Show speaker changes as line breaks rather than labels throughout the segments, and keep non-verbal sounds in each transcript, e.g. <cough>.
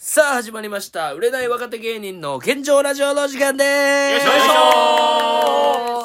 さあ始まりました売れない若手芸人の現状ラジオの時間です
よいし
ょ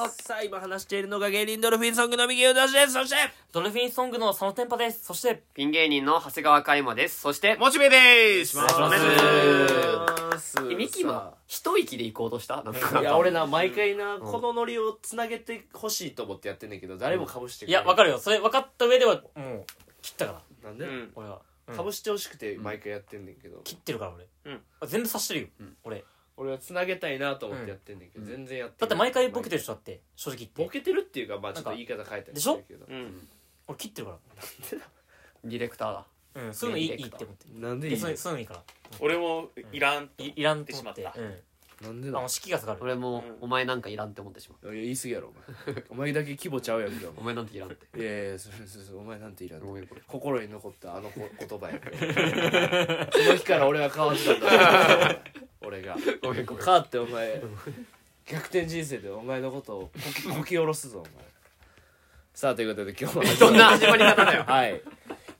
さあ今話しているのが芸人ドルフィンソングの右腕ですそして
ドルフィンソングの佐野天パです。そして、
ピン芸人の長谷川嘉馬です。そして、
モチベです
願いしますえミキは一息で行こうとしたなんか
いや俺な毎回なこのノリをつなげてほしいと思ってやってんだけど誰もかぶしてく
い
れな
や、わかるよ。それ分かった上では、もう、切ったから、
なんで
うん
俺は。うん
かぶしてほしくて毎回やってんだけど
切ってるから、俺。
うん
全部刺してるよ、俺。
俺はつなげたいなと思ってやってんだけど全然やって
だって毎回ボケて
る
る人だって、正直言って。
ボケてるっていうかまあちょっと言い方変えたりしてるけど
うん
俺切ってるか
ディレクターだ。
ら。うん、そういうのいい
ディレク
いい
ター
って思って。
なんでい
いや
い
そういうそういうのいいから。
俺もいらんと
いいらんと
言ってし
思
ま
っ。
ってた
うん。
なんで
あ
だ
の、式が下がる。
俺も
うん、
お前なんかいらんって思ってしまう。
いや言い過ぎやろお
<laughs>
前お前だけ規模ちゃうやんけど
お前なんていらんって。
いやいやそれそれそれお前なんていらん
ごめんこれ
心に残ったあのこ
<laughs>
言葉やこの日から俺は変わったん
<laughs>
だ俺が
ごめんごめん。
変わってお前
<laughs>
逆転人生でお前のことをこきこき下ろすぞお前さあということで今日は
どんな始まり方だよ。
はい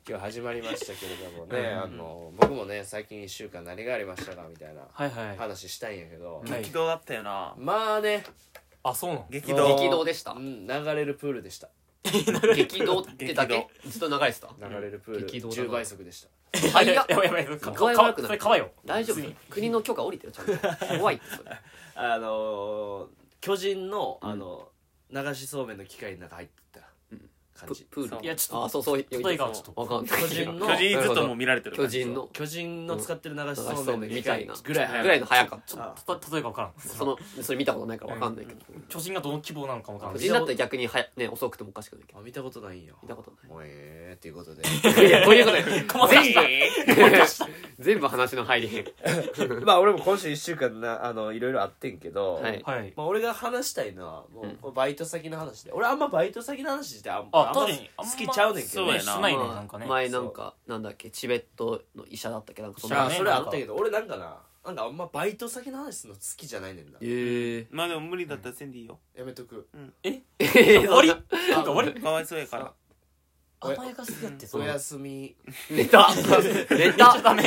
今日始まりましたけれどもね、
うん
あの僕もね最近1週間何がありましたかみたいな
はいはい。
話したいんやけど、
はい
激動だったよな
まあね
あ、そうなの
激
も
動
う
激動でした
う。
<laughs>
ん流れるプールでした
激動ってだけずっと流れてた。
流れるプール
激動だな
10倍速でした
早っ
<laughs> やばいやばいやばい。か
具合
か
悪くなる
それ、かわよ。
大丈夫
普通に
国の許可降りてるちゃんと。怖いって
<laughs>
それ。
あのー、巨人の、あの流しそうめんの機械の中入ってった感
プ
じ、
プール。
いや、ちょ
あ、
っと、
そうそう。
ちょっといいかちょっと
わかんない。
巨人の
巨人ずっともう見られてる
巨人の。
巨人の使ってる流し
流
そ
し
う
そう
め
め
んの
ん
機
みた
械
いな。
ぐらい
ぐら
早
い
い
の早かった。
ちょっと例えば分からん。
その、それ見たことないからわかんないけど。
巨人がどの規模なのかも分から
巨
ん。
人だったら逆にはや、ね、遅くてもおかしくないけど。
あ見たことないんよ
見たことない。
もうええー、っていうことで
いや、こういうこと <laughs> や。
細 <laughs> かい。
全部話の入りへん。
まあ俺も今週1週間なあのいろいろあってんけど、
はい
はい。
まあ、俺が話したいのはもう、
うん
これバイト先の話で俺あんまバイト先の話してあん
あ
あんま
確かに
好きちゃうねんけど
そう
ね
やな
しないね、
まあ
なんかね。
前なんかなんだっけチベットの医者だったっけなんかそん
知ら
な
あ
んね
それあったけど俺なんかななんかあんまバイト先の話するの好きじゃないねんな
ええ
まあでも無理だったらせんでいいよ
やめとく
え
終わり
そんな
なんか終わり
かわいそうやから
甘えが好きだって、そ
お
の
やすみ
ネタネタ
ダメ。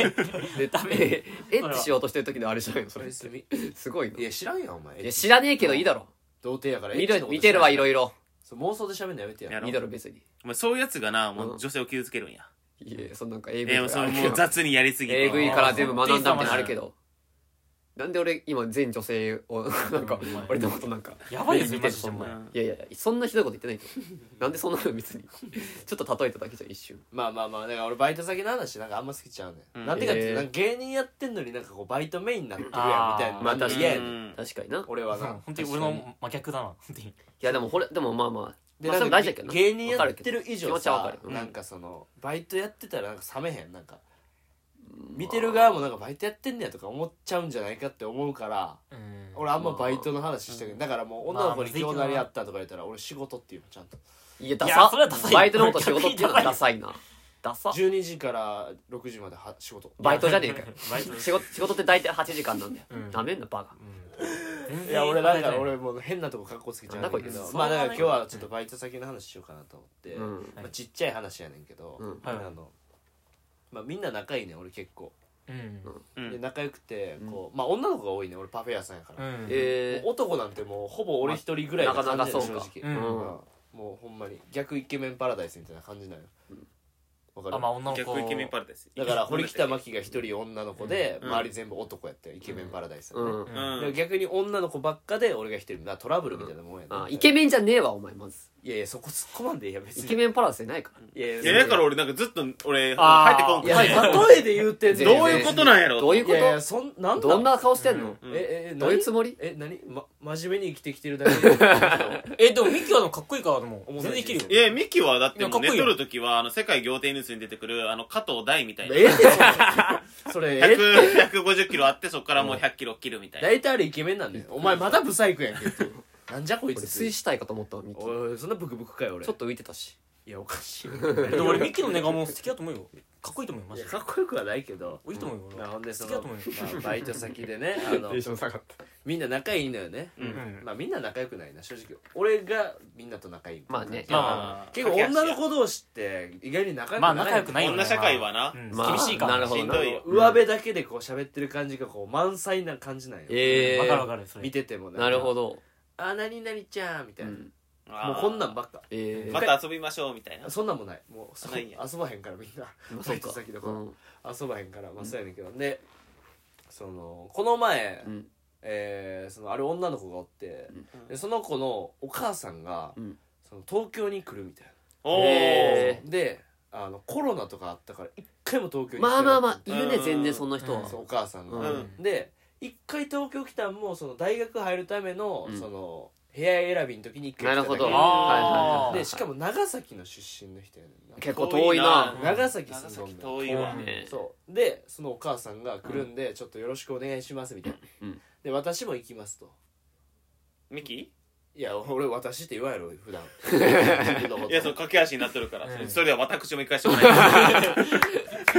ネタえエッチしようとしてる時のあれじゃないのそ
お
れ
やすみ
すごいない
や知らんやんお前
いや知らねえけどいいだろ
童貞やから
見る見てるわいろ
い
いろ
ろ妄想で喋んのやめてや
やろ
いいだろ別に
お前そういうやつがなも
う
うん女性を傷つけるんや
いやそのなんか AV
えもうそれもう
から
雑にやりすぎて
AV から全部学んだみたいなのあるけどなんで俺今全女性をなんか
うん
俺のことなんか
やばいですよ、
見て
マ
る
ジで。
そ
お
ん
前
な。いやいやいやそんなひどいこと言ってないけどなんでそんなの別にちょっと例えただけじゃん一瞬
まあまあまあだから俺バイト先の話なんかあんま好きちゃうね、
うんん
なんでかっていうと
えー
なんか芸人やってんのになんかこうバイトメインになってるやんみたいな
あー
ま
な
あ
んか
確かに
嫌や
う
ねん
ん
確かにな
俺はな
本当に俺の真逆だな。本当に
いやでもほれでもまあまあ
で
まあそ
なん
れも
か
大事だけどな
芸人や
わか
っ
るけ
て
ど
る以
気
上
持ちはわか
さ
る、うん
なんかそのバイトやってたらなんか冷めへんなんか見てる側もなんかバイトやってんねやとか思っちゃうんじゃないかって思うから
うん
俺あんまバイトの話したくないだからもう女の子に
まあ
今日何やったとか言ったら俺仕事っていうのちゃんと
いやダ
いや
サ
それはダサい
バイトのこと仕事っていうのはダサいなダ
<laughs>
サ
12時から6時までは仕事
バイトじゃねえかよ
バイト
仕事仕事って大体8時間なんだよ
うん
なめんなバカ
全然
いや俺なんか俺もう変なとこ格好つけちゃうんだけ
なんだこ
ど
いつ
まあだから今日はちょっとバイト先の話しようかなと思って、
うん
まあ、ちっちゃい話やねんけど、
うん
あのまあ、みんな仲いいねん俺結構、
うん
うん
で仲良くてこう、まあ女の子が多いねん俺パフェ屋さんやから、
うん
え
もう男なんてもうほぼ俺一人ぐらいな感じなの
まあなかなかそう
正
う
直、
ん
う
ま
ん
あもうほんまに逆イケメンパラダイスみたいな感じなのよわかる
あまあ女の子
逆イケメンパラダイス
だから堀北真希が一人女の子で、
うん
周り全部男やってイケメンパラダイスやね、
うん
うん
うん
でも逆に女の子ばっかで俺が一人だからトラブルみたいなもんやね、
あイケメンじゃねえわお前まず
いやいやそこ突っ込まんでいいや別に
イケメンパラスじゃないから
いやいや
いやだから俺なんかずっと俺
あー
入ってこん
い
か
や
った
例えで言うてんねん
ど
どういうことなんやろ
どういう
い
こ
やいやそんなん
と
だ
どんな顔してんの
うん
ええ
どういうつ
も
もり
え何ま真面目に生きてきてるだけ
<laughs>
で
えでもミキはでもかっこいいからでも全然いけるよ
いやミキはだって
いやか
もう
っ
寝
こいいよ
とる時はあの世界仰天ニュースに出てくるあの加藤大みたいな
ええってそれそれえ
100 150キロあってそっからもう100キロ切るみたいな
大体あれイケメンなんだよお前またブサイクやんけってなんじゃこい
俺
つ
水死体かと思ったわミキ
おいおいそんなブクブクかよ俺
ちょっと浮いてたし
いやおかしい
でも俺ミキの寝顔も素敵だと思うよかっこいいと思うよマ
い
ジ
や
で
かっこよくはないけど
いいと思うよ俺
な
は
ほんでそ
好きだ
の、
と
ま
思うよ
あ、バイト先でねあの
<laughs>
テンション下がった
みんな仲いいのよね、
うん
うん
まあみんな仲良くないな正直俺がみんなと仲いい
まあね
まあ
結構女の子同士って意外に仲良く
ま
ない
あ仲良くないよね
女社会はな
うん
まあ
厳しいか
な
ら
るほど
しんどいよ
上辺だけでこう喋ってる感じがこう満載な感じなんよ、
ええ
わかるわかるそれ
見ててもんか
なるほど、
あ何々ちゃんみた
う
いな、
ん、
もうこんなんばっか
ええ
また遊びましょうみたいな
そんなんもないもうそ
ないんや
遊ばへんからみんな <laughs>
まあそうか
バイト先の
う
子
ん
遊ばへんからまあそうやねんけど、でそのこの前、
うん
えーそのある女の子がおって、
うん
でその子のお母さんが、
うん
その東京に来るみたいな
お
へ
ー
え
であのコロナとかあったから一回も東京に来てな
まあまあまあい
うん
るね全然そんな人は、
そうお母さんが、
う
うん
で一回東京来たんもその大学入るための,、
うん
その部屋選びの時に一回来
な
た
る
だけ
う
ほど
ん
はいはいはいはい
でしかも長崎の出身の人やねんな
結構遠いな
構
長崎
長
住
崎
んどん
遠いわ
遠い
ね
そうでそのお母さんが来るんで、ちょっとよろしくお願いしますみたいな、
うん
で私も行きますと
ミキ
いや俺私って言わんやろ
<laughs>
普段自分のこと
いやその駆け足になってるから
うん
それそれでは私も行かしてもらいます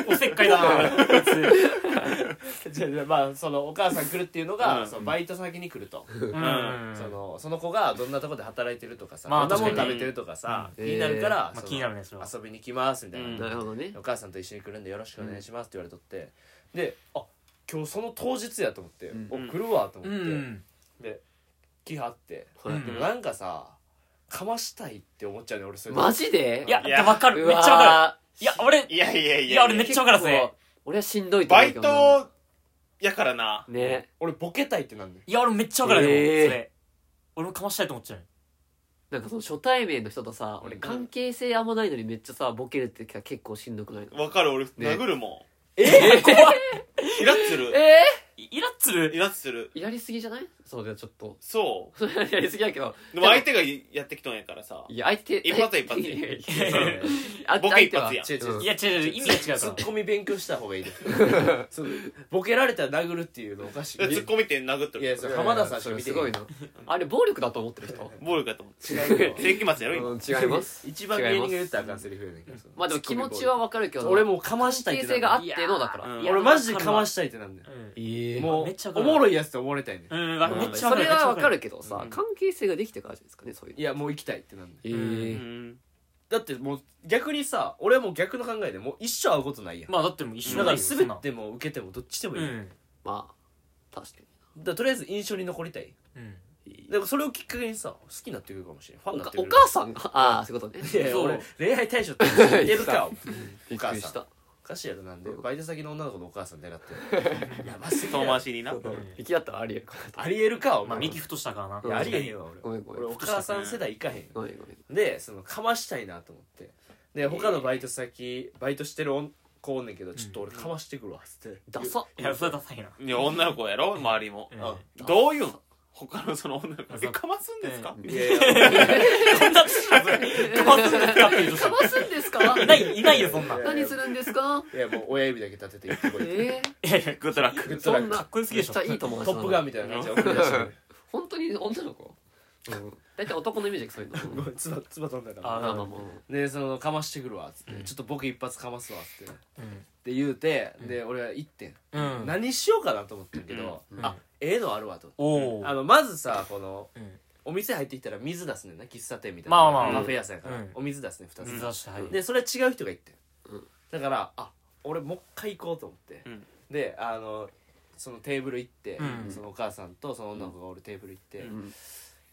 おせっかいだなこい
<laughs>
つ
じゃあじゃあまあそのお母さん来るっていうのが、
うん
そのバイト先に来ると、
うん
そのその子がどんなとこで働いてるとかさ、
まあ
どんなもん
確か
食
に
べてるとかさ、
うん
気になるから、
まあ
その
気になるねそれは
遊びに来ますみたいな、
うん
なるほどね
お母さんと一緒に来るんでよろしくお願いしますって言われとって、であ今日その当日やと思って、
うん
お来るわと思
う
って、
ん
で来はって、
はい
うん
でもなんかさかましたいって思っちゃうね俺それ
マジで
いや
いや
わかるめっちゃわ
る
かるいや俺
いやいやい
いや
や
俺めっちゃわかるそれ
俺はしんどいと
バ
思う
イ
けど
トやからな
ね
俺ボケたいってなんねん
いや俺めっちゃわかるよ
ええ
それ俺もかましたいと思っちゃう
なんかその初対面の人とさ俺
うん
関係性あんまないのにめっちゃさボケるって結構しんどくないの
わかる俺
ね
殴るも
<laughs> え
んイラッとする
え
いイラッつる
イラッとする
やりすぎじゃないそうだよちょっと
そ
それは <laughs> やりすぎだけど
うでも相手がやってきとんやからさ
いや相手
一発や一発や
いやいやいやあ
ボケ一発やん
違う違う違う
うん
いや違う違う意味が違うか
ツ
ら
ッコミ勉強した方がいいですそのボケられたら殴るっていうのおかしい
ツッコミって殴って
いや
る
それ浜田さんし
そ
か
れ
見て
す
へん
ごいなあれ暴力だと思ってる人
暴力かと思って
違うよ
世紀末やろ今
うん違います
一番芸人が言ったらあかんセリフやねんけどその
まあでも気持ちはわかるけど
俺もうかましたい
関
っ
係
て
性があ
な
っ
ん
てのだから
うん
俺マジでかましたいってなんだよ
うん
え
も
めっちゃ
う
わか
お
る
もろいやつと思われたいねん
うんわかるめっち
そ
ゃわかる
れはわかるけど
めっちゃわ
さ
かる
関係性ができてからじゃないですかねそういう
いやもう行きたいってなんだよ
え
う
ー
ん
だってもう逆にさ俺はもう逆の考えでもう一生会うことないやん
まあだってもう一
だ
緒
か
だからら
滑っても受けてもどっちでも
う
いい、
ん
まあ確か
だからとりあえず印象に残りたい
うん
だからそれをきっかけにさ好きになってくるかもしれんファン
に
になってく
お
る
母さんがああそういうことね
いやいや
そう
俺恋愛対象って知って <laughs> るか
び
お
っく
母
り
さ
し
ん
た
おかしいやろなんで
うん
バイト先の女の子のお母さん狙って <laughs> るやばすぎ
遠
る
回しにな
行きだったらありえるかな
ありえるかお
まあ
前、
ミキ太したからない
やありえへんわ
ご
俺
めんごめん
俺お母さん世代行かへんよ
ごめんごめん
でそのかましたいなと思ってで他のバイト先バイトしてるおん子おんねんけどちょっと俺かましてくるわっつって
ダサ
いやそれはダサいない
や女の子やろ周りも
うん
あ
どういうん他のその女の子えかますんですか
いやい <laughs> や
こんな
か
かますんですかっていう人
ますんですか
いないいないよそんない
や
何するんですか
いやもう親指だけ立てて行ってこいって
え
いやいや
グッドラッ
グ
ク
ー
ッド
そ
ラ
ん
ッ
な
ク
かっこよすぎでしょ
めっちゃいい友達
ト
な
ッ
の
プガンみたいな感じで送り出してくる
本当に女の子うん大体男のイメージがそういうの
<laughs> ごめんつばつば飛んだから
あ
まあまあまあ
でそのかましてくるわっつって、ちょっと僕一発かますわっつって
うん
で言うて、で俺は行ってん、
うん
何しようかなと思ってんけど、
うん
あええのあるわと思
お
っ
お
てあのまずさこの
うん
お店入ってきたら水出すねんな喫茶店みたいな、
まあまあまあ
カフェ屋さんやから、
うん
お水出すね2つ、
水出してはい
でそれは違う人が行ってん、
うん
だからあ俺もう一回行こうと思って、
うん
であのそのテーブル行って、
うん
そのお母さんとその女の子がおるテーブル行って、
ん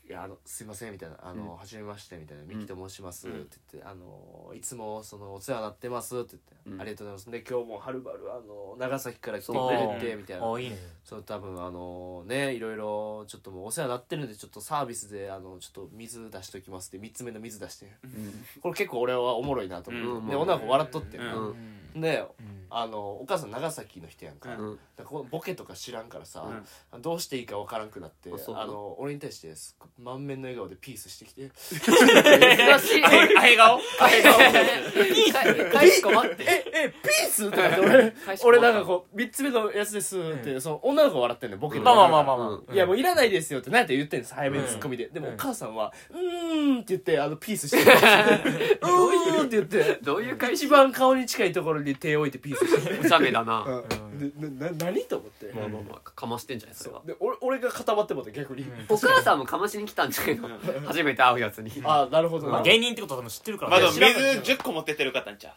いやあのすいませんみたいな「あの、はじめまして」みたいな「ミキと申します」っ
うん
て言って「あのいつもそのお世話になってます」って言って、
うん
ありがとうございます」で今日もはるばるあの長崎から来て
そう
くれてみたいな
あいいね
そう多分あのねいろいろちょっともうお世話になってるんでちょっとサービスであのちょっと水出しときますって3つ目の水出してこれ結構俺はおもろいなと思って、
うん
で女の子笑っとって、
うん
うん
で
うん
ああのお母さん長崎の人やんか,、
うん
うん
だからこのボケとか知らんからさ、どうしていいかわからんくなって
あそう
あの俺に対してすっご満面の笑顔でピースしてきて
珍しい
あへあへ顔あへ顔
返し困って
ええピースとかって俺
返し困
俺
った
なんかこう3つ目のやつですって、その女の子笑ってんのボケ
まあまあまあまあまあ、
う
いやもういらないですよって何やって言ってんです早めにツッコミで、でもお母さんは「うーん」って言ってあのピースしてるうーんって言って
どういう返
一
し
番顔に近いところに手を置いてピースしてる
おちゃめだな
なな何と思って、
まあまあまあかましてんじゃないそれは
<laughs> で俺俺が固まってもって逆に、
ん
お母さんもかましに来たんじゃないの初めて会うやつに
ああなるほど
ま
な、
あ、芸人ってことは多分知ってるから
まだ
知
水
らん
10個持ってってる方んちゃ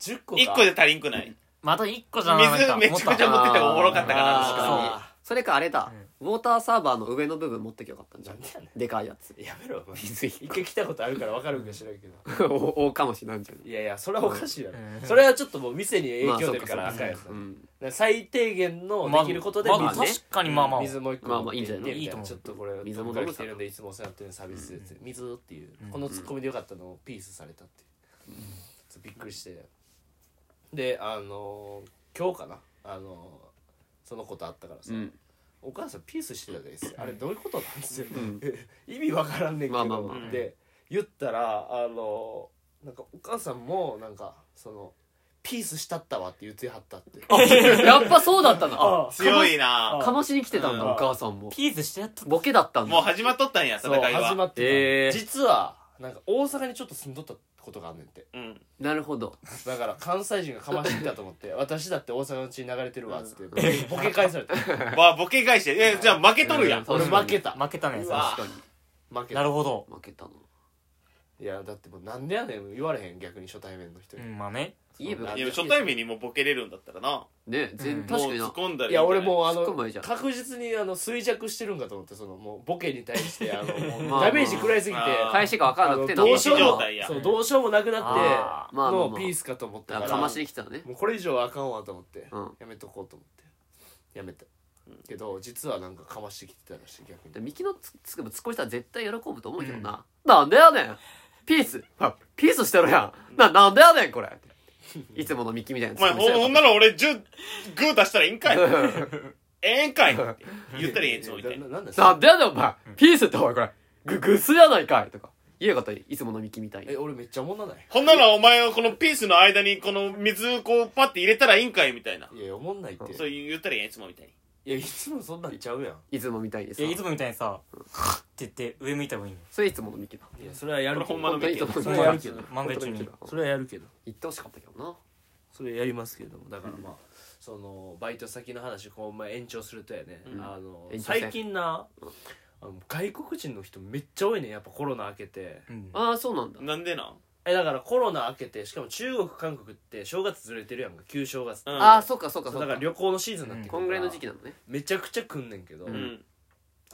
10
う
個か
1個で足りんくない
また1個じゃな
水めちゃくちゃ持ってておもろかったから
あー
確かに
あ
それかあれだウォーターサーバーの上の部分持ってきゃよかったんじゃ
な
ん
んでやね
でかいやつ
<laughs>
ーやめろお前
水
一回来たことあるから分かるんか知らんけど
おおかもしなんじゃ
いやいやそれはおかしいやろ、
うん
それはちょっともう店に
まあ
影響出るから
そう
赤やつ、
ないうん
だから最低限のできることで
ま
水、
あまあ
ね
確かにまあまあ、
水もう一個
まあまあいいんじゃないの
いいと
いいと思う
ちょっとこれ
水
水
も
も
飲む
来てるんでいつもお世話になってるサービスです、水っていう、
うん
このツッコミでよかったのをピースされたっていう、ちょっとびっくりしてであのー今日かなあのーそのことあったからさ、
うん
お母さんピースしてたじゃないですかあれどういうことなんですよ、
うん
<laughs> 意味わからんねんけど、
まあまあま
あ
で言ったらあのなんかお母さんもなんかそのピースしたったわって言ってはったって
やっぱそうだったな
あ
強いな
かましに来てたんだ
うん
お母さんも
ピースしてやった
ボケだったん
もう
だ
始まっとったんや戦
そう
いは
始まってた、
えー
実はなんか大阪にちょっと住んどったことがあんねん
<laughs>
て
うん
なるほど
だから関西人がかましてきたと思って「私だって大阪のうちに流れてるわ」っつってボケ
<laughs>
ボケ返された
わボケ返してえじゃあ負けとるや
うんん
俺負けた
負けたね
う
そ
わ
れ
確かに
負け
な
た
るほど
負けたない
やだってもうなんでやねん言われへん逆に初対面の人
う
に、
んまあね
いい部分
いや初対面にもボケれるんだったらな
ね
う
全
ん
確
もう
かに
突っ
な
込んだら
いや俺
う
もうあ
突
の
っ込むばいいじゃん
確実にあの衰弱してるんかと思ってそのもうボケに対してあのもう
まあまあ
ダメージ食らいすぎて
あ
返しが分からなくて
どうしよう
状
も
態や
そうどうしようもなくな
あ
って
ーまあまあ
の
まあ
ピースかと思った
だ
か
かららかましに来てたね
もうこれ以上はあかんわと思って
うん
やめとこうと思ってやめたけど実はなんかかましてきてたらしい逆
で
に
ミキのつつくぶ突っ込みしたら絶対喜ぶと思うけどな、なんでやねんピースほらピースしてるやんななんでやねんこれいつものミキみたい
お
な
前
ツッコミした
ほ
よ
ほんなら俺10グー出したらいいんかいええんかいって言ったらええやつもみたい
な
な
なんだ
<laughs> なんでやねんお前ピースってお前これググスやないかいとか言えよかったらいつものミキみたいに
え俺めっちゃおもんなない
ほんならお前はこのピースの間にこの水こうパッて入れたらいいんかいみたいない
やおもんないって
そう言ったらええやつもみたいに
いやいつもそんなんちゃうやん
いつもみたいに
い
さ
やいつもみたいにさハッて言って上向いた方がいいの
それいつものミキだ
いやそれはやるけ
これほん
ど
まのミキ
本当にいつ
そ
もの
れはやるけど
漫才中に
それはやるけど
言ってほしかったけどな
それやりますけれどもだからまあそのバイト先の話こうまあ延長するとやね、
うん
あの
延長戦
最近なあの外国人の人めっちゃ多いねやっぱコロナ明けて
うん
ああそうなんだ
なんでなん
えだからコロナ明けてしかも中国韓国って正月ずれてるやんか旧正月って、
うん
ああそうかそうか
そ
そう
だ
う
から
か
旅行のシーズンになってくるから
こんぐらいの時期なのね
めちゃくちゃ来んねんけど、
う
うん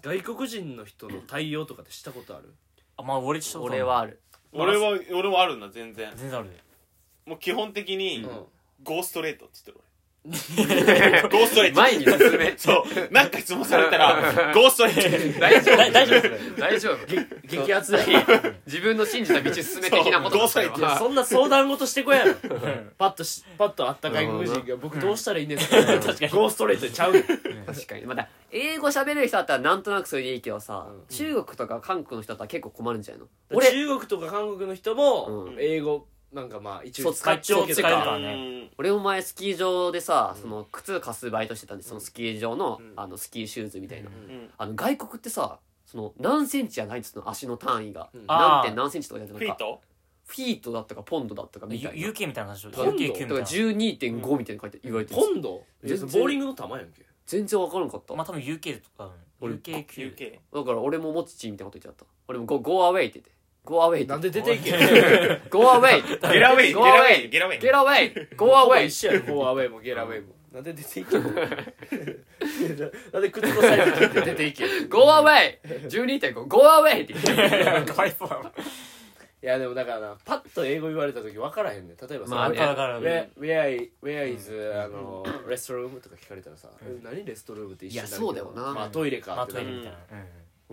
外国人の人の対応とかってしたことある
あまあ俺ちょっと
俺はある
俺は俺はあるな全然
全然ある
もう基本的
う
にゴーストレートって言ってる俺ゴーストレート
前に進め
そうなんか質問されたらゴーストレート
大丈夫
大大丈夫
大丈夫
激アツだよ
自分の信じた道進め的なこと
そうどう
いやそんな相談事してこいやろパッとしパッと会った外国人が「僕どうしたらいいんですか?」確かにゴーストレートちゃうねん
確かにまだ英語喋れる人だったらなんとなくそれでいいけどさ、
うん
中国とか韓国の人だったら結構困るんじゃないの俺
中国とか韓国の人も
うん
英語なんかまあ一
そ
応
う
使っちゃうけど
使っちゃうからね
うん
俺も前スキー場でさ、その靴貸すバイトしてたんでそのスキー場の,、
ん
あのスキーシューズみたいな、
うん
うん
あの外国ってさその何センチじゃないっつうの足の単位が、
うん
何
あー
点何センチとかじゃな
フ
い
ィ
な
ー
んか
ト
フィートだったかポンドだったかみたいな
UK みたいな話を
ポンド
UKQ みたい
だから
な
12.5みたいな書いて言われてる
ポンド
全然
ボーリングの球やんけ
全然分からんかった、
まあ多分 UK とか
俺
UKQ
UK
だから俺もモッチーみたいなこと言ってた俺もゴゴーアウェイって言ってゴーアウェイって
なん
言っ
で
て
出てい <laughs> けん
ゴーア
<laughs>
ウェイ
ゲラウェイゲ
ゴーア
ラ
ウ
ウ
ェ
ェ
イ
イゲラウェイ
ゲラウェイゴーアウ
ほぼ
ェイ
一緒やろゴーアウェイもゲラウェイも <laughs> なんで出ていけんのなんで靴のサイズ切って出ていけんの <laughs> い
ゴーアウェイ !12.5! ゴーアウェイって言って
<laughs> かわいそうだな
やでもだからなパッと英語言われた時分からへんねん例えばさ
ま
「
あね
わか
Where-
るわかる
Where where is あのレストルーム?」とか聞かれたらさ「
ん
え何レストルーム?」って一緒になる
いやそうだよな
まあトイレか
ま
っ
あ
て
ト
な
イレ
る
みたいな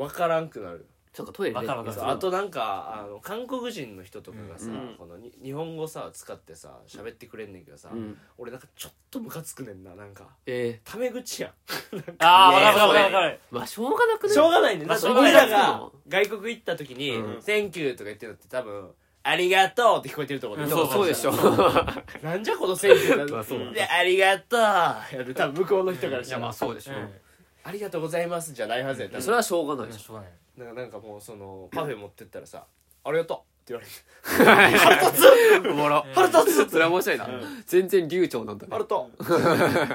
分からんくなる
そうかトイレで
わかるわかる
そうあとなんかあの韓国人の人とかがさ、
うん
このに日本語さ使ってさ喋ってくれんねんけどさ、
うん
俺なんかちょっとムカつくねんななんか
え
タメ口やん
あ
いや
あ、わかるわかるわかる。
ー、まあしょうがなくね
しょうがないね、
ま
だっ
あ
て
しょうがない
俺らが
そ
外国行った時に
う
「Thank you」とか言ってるのって多分「ありがとう」って聞こえてると思う
うんん
で
そうそうでしょ
なんじゃこの「Thank you
<laughs> ま
だ
あそうだ
と」で「ありがとう」やる多分向こうの人から
い
した
やまあ
ら
そうでしょ、
う
「ありがとうございます」じゃないはずやっ
いや
た
それはしょうがない
ん。
でし
しょうがない。
なんかなんかもうそのパフェ持ってったらさ「ありがとう」って言われて
ょ笑腹立つそれは面白いな、全然流暢なん
「
だね
ありがとう」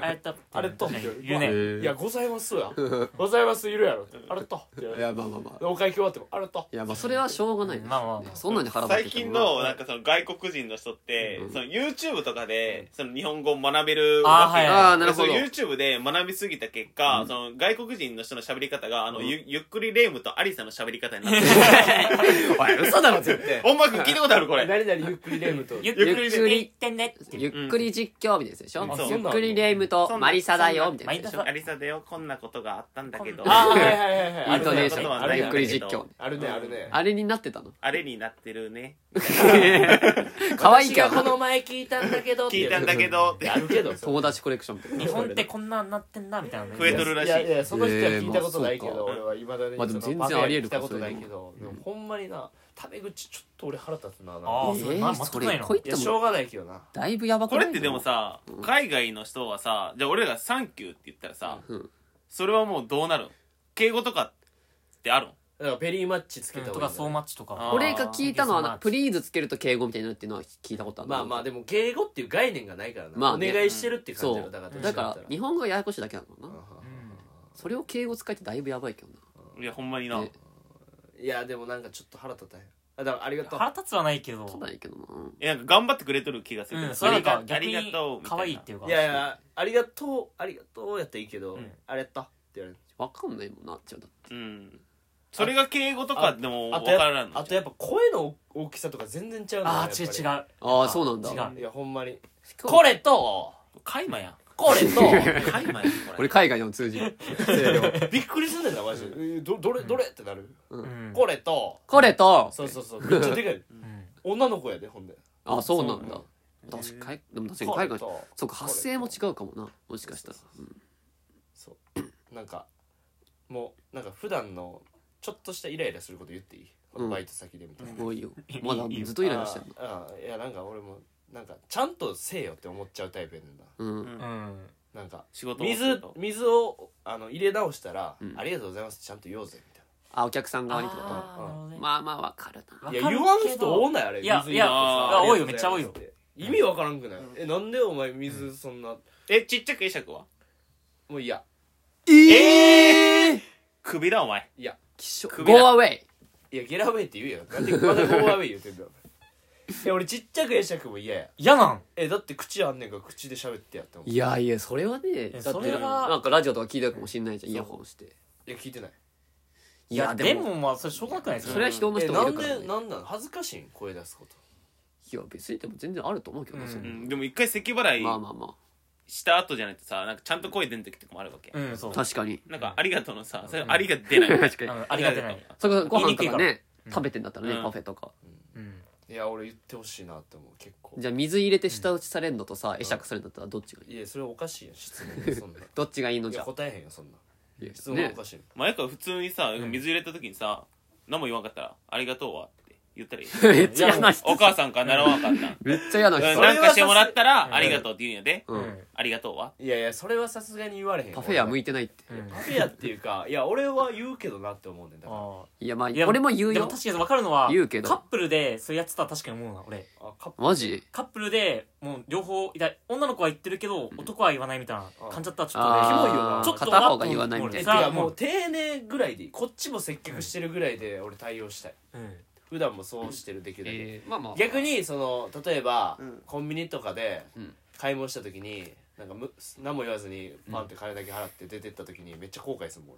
あれと。
あれと
言うね。
いや「ございます」や
<laughs>
「ございます」いるやろ「ありがとう」って言われ
い
て
やまあまあまあ
お会計終わっても「ありがとう」
いやまあそれはしょうがないです、
まあまあまあ
いやそんなに腹立
最
ってて
近
も
のなんかその外国人の人って、その YouTube とかでその日本語を学べる
あー
わけ
はい
ああなるほど
でその YouTube で学びすぎた結果、その外国人の人の喋り方があの、ゆゆっくりレイムとアリサの喋り方になってる
おい嘘だろ絶対
音楽聞いたことあるこ
<laughs>
れ
何々ゆっくりレムと
ゆっくり
ゆっく
で
り
行ってねって。
ゆっくり実況みたいなやつでしょ、
うんそう
ゆっくりレイムとマリサだよみたいなやつでしょ
そんな
アリサだよこんなことがあったんだけど
あはいはいはいはい
<laughs> イントネーシ
あれ
ョン
だ
ゆ
よ
っくり実況
あるねあるね
あれになってたの
あれになってるね
可愛いけど
私がこの前聞いたんだけどって
聞いたんだけど
やるけど
友達コレクションみたいな
日本ってこんなんなってんな、みたいな。
増えとるらしい
やいやその人は聞いたことないけ
えーま
ど
あ
俺はいまだに
まあでも
その
全然
パフェ
ありえ
聞
る
い
か
たことないけどでもほんまになタメ口ちょっと俺腹立つななん
あ
か
ー
え
それまあ
ー、それ
全くないな
こい
い
つ
やし
も
ょうがないけどな
だいぶやばく
<laughs> こ
ない
れってでもさ海外の人はさじゃあ俺らが「サンキュー」って言ったらさ、
うん
それはもうどうなるん敬語とかってあるん
だからペリーマッチつけた
と
方が
か、
いいんじゃ
ソー
ない
マッチと
あ
か。
ー
俺が聞いたのはな
プ
プ
リ
リーズつけると敬語みたいになるっていうのは聞いたことある
まあまあでも敬語っていう概念がないから
ま
な
あ
お
ね
願いしてるっていう感じ
そ
だろ
う
だから
だから日本語がややこしいだけなの
う
かなんそれを敬語使いってだいぶやばいけどない
やほんまにな、
ね
いやでもなんかちょっと腹立たへんあだからありがとう
腹立つはないけど。
ただいいけどなうん
えなんか頑張ってくれとる気がするけ
う
ど
ん、それが
あ
逆
りが
に
とうみた
可愛いって
い
いうか。
いやいやありがとうありがとうやったらいいけど
うん
ありがとうって言われる
わかんないもんなちょっと
なうんそれが敬語とかでも
あと
分か
や
らんの
あとやっぱ声の大きさとか全然ちゃうのよ
あー、違う違う。
やっ
ああそうなんだ
違
ぱ
う
りいやほんまに
これ
れと
海馬やん
これと
<laughs>
海馬やんこ
俺
れ
海外でも通じる声量
びっくりすんねんなマジで、えどどれどれってなる、
うん。
これと
これと
そうそうそうめっちゃでかい
うん
女の子やでほんで
あそうなんだ
そ
確かにでも確かに海外
これと
そうか発声も違うかもなもしかしたらうん
そうなんかもうなんか普段のちょっとしたイライラすること言っていい、
うん
バイト先でみたいな、
もういいよ
いい
まだ
いいよ
ずっとイライラしてるの
あーあーいやなんか俺もなんかちゃんとせえよって思っちゃうタイプやねんな
うん
うん。
なんか
仕事をする
水
と
水をあの入れ直したら、
うん
ありがとうございます」ちゃんと言おうぜみたい
あお客さん側にってこと
あーなるほどね
まあまあわかるな
な
わか
い
る
や
けど
言わん人多ないあれ
いや
水入れてさ
や
い
ありがと
多いうよ
ござ
めっちゃ多いよ
ますって意味わからんくない、えなんでお前水そんな、
えちっちゃく会釈は
もういや
ええ
クビだお前
いや
きしょ
首だ
Go away
いやゲラウェイって言うやんなん
<laughs>
でまだゴーアウェイ言うてんだよいや俺ちっちゃく会釈も嫌や
嫌なん
えだって口あんねんから口で喋ってやってもい
いやいやそれはねだ
え
って
それは
なんかラジオとか聞いてるかもしんないじゃんイヤホンして
や聞いてない
い
い
や
や、
で
で
も
もまあ、それしょうがなくないです
それは人の
え
人
な
もいる
ん
から
で
ね
なんなん恥ずかしいん声出すこと
いや別にでも全然あると思うけどな
うん
そん
う
なん
でも一回咳払
まあ
い
まあま
した後じゃないとさなんかちゃんと声出ん時とかもあるわけ、
うん、そう
あ。確かに
なんか「ありがとう」のさそれありが出ない
確か
う
に
んありがたいない。
それこそご飯と
言いにくい
か
から
ね食べてんだったらね
うん
パフェとか
うん。
いや俺言ってほしいなって思う結構
じゃあ水入れて舌打ちされんのとさ会釈されんだったらどっちがいい
いやそれおかしいやん質問そんな
<laughs> どっちがいいの
い
じ
や
ゃ
答えへんよそんな質問お
ね
かしいの
前から普通にさ水入れた時にさ何も言わんかったら「ありがとうは」って言ったらいい
めっちゃ嫌な人
お母さんから習わんか
<laughs>
ったん
めっちゃ嫌な
うん
人
なんかしてもらった
う
ら「
ん
ありがとう」って言うんやで
う
うんん。
「ありがとうは」
いやいやそれはさすがに言われへん
パフェは向
い
いてないって
うん
パフェやっていうかいや俺は言うけどなって思うねんだから
あ
いやまあ
ーいや
俺も言う
で
よ
確かに分かるのは
言うけど
カップルでそれやってたら確かに思うな俺
あカップ
マジ
カップルでもう両方いや女の子は言ってるけど男は言わないみたいな感じだったらちょっと
あ
俺
ー
キモいよ
あー
なちょっと
片方が言わないみたい
えて
俺それ
か
は
も
も
う
う
丁寧ぐらいでいいこっちも接客してるぐらいで俺対応したい
うん
普段もそうしてるできるだけ
えーまあまあ
逆にその例えば、
ん
コンビニとかで
うん
買い物した時になんかむ何も言わずにパンって金だけ払って出てった時にめっちゃ後悔するもん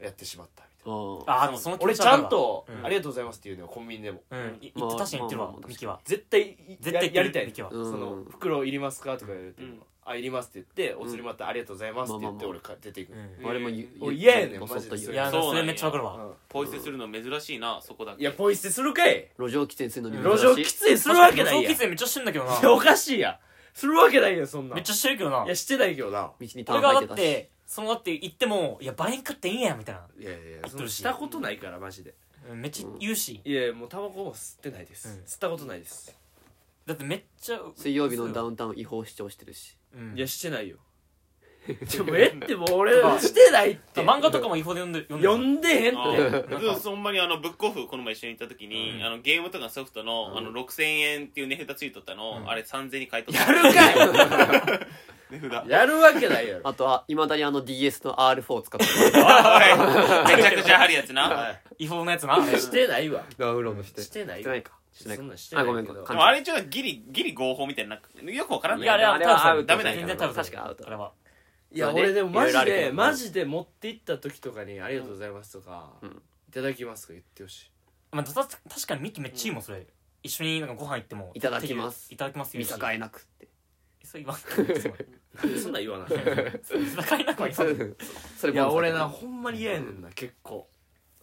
俺やってしまったみたい
あー
ああでもその
な俺ちゃんと「
うん
ありがとうございます」って言うのよコンビニでも
うんい
まあ
確かに言ってる
ま
わ
あまあ
ミキは
絶対い
絶対
やや
言っ
りた
てる
い
ミキは
その「袋いりますか?」とか言われて
うん
も「あいりますって言ってお釣りもらったらありがとうございますって言って
まあ
俺か出ていく
うん
うん
俺も言う
俺嫌やねん
もう
マ
そっ
ジでそ
と言
れ
い
い
や
そうなんや
それめっちゃわかるわ
ポイ捨てするの珍しいなそこだけ
いやポイ捨てするかい
路上喫煙するのに
路上
珍し
喫煙するわけないやん
喫煙めっちゃしてんだけどない
やおかしいやんするわけないやんそんなん
めっちゃしてるけどない
やしてないけどない
道にター
俺
ン入
が
って
だった
して
そのだって行ってもいやバレんかっていいやんみたいない
やいやいや
あ
そん
と
な
るし
したことないからマジで
うんめっちゃ言うし
いやいやもうタバコも吸ってないです、
うん
吸ったことないです、
だってめっちゃ
水曜日のダウンタウン違法主張してるし
うん
いやしてないよちょもうええってもう俺はしてないって
漫画とかも違法で読んで読
呼ん
んで
でへん
あ
って
ーでもほんまにあのブックオフこの前一緒に行った時に、
うん
あのゲームとかソフトの,、
うん
あの6000円っていう値札ついとったの、
うん
あれ3000円に買いとった
やるかい
値札
やるわけないやろ
あとはいまだにあの DS の R4 を使って
おいおいめちゃくちゃ張るやつな
は
違法なやつない
してないわ
ダウンロードし
してない
してないかしてない
そ
か
んなんしてない
あごめん
けど
ご
で
めん
もあれちょっとギリギリ合法みたいになくよくわからん
い
ね
やあれは
あれは
多分
アウト
だよ
全然多分
確かアウト
あれはい
や
まあね
俺でもマ
いろいろ
ジ
あるけ
で
ど
マジで持って行った時とかに「ありがとうございます」とか
うん
「いただきます」とか言ってほしい
まあた確かにミキめっちゃいいもんそれ一緒になんかご飯行っても
いただきます
いただきます
見
言うし
境なくって
そう言わんでもいいですよ
そんなん言わない
そう見境なくは言わんでもいい
<laughs> それ
いや俺なほんまに嫌やねんな結構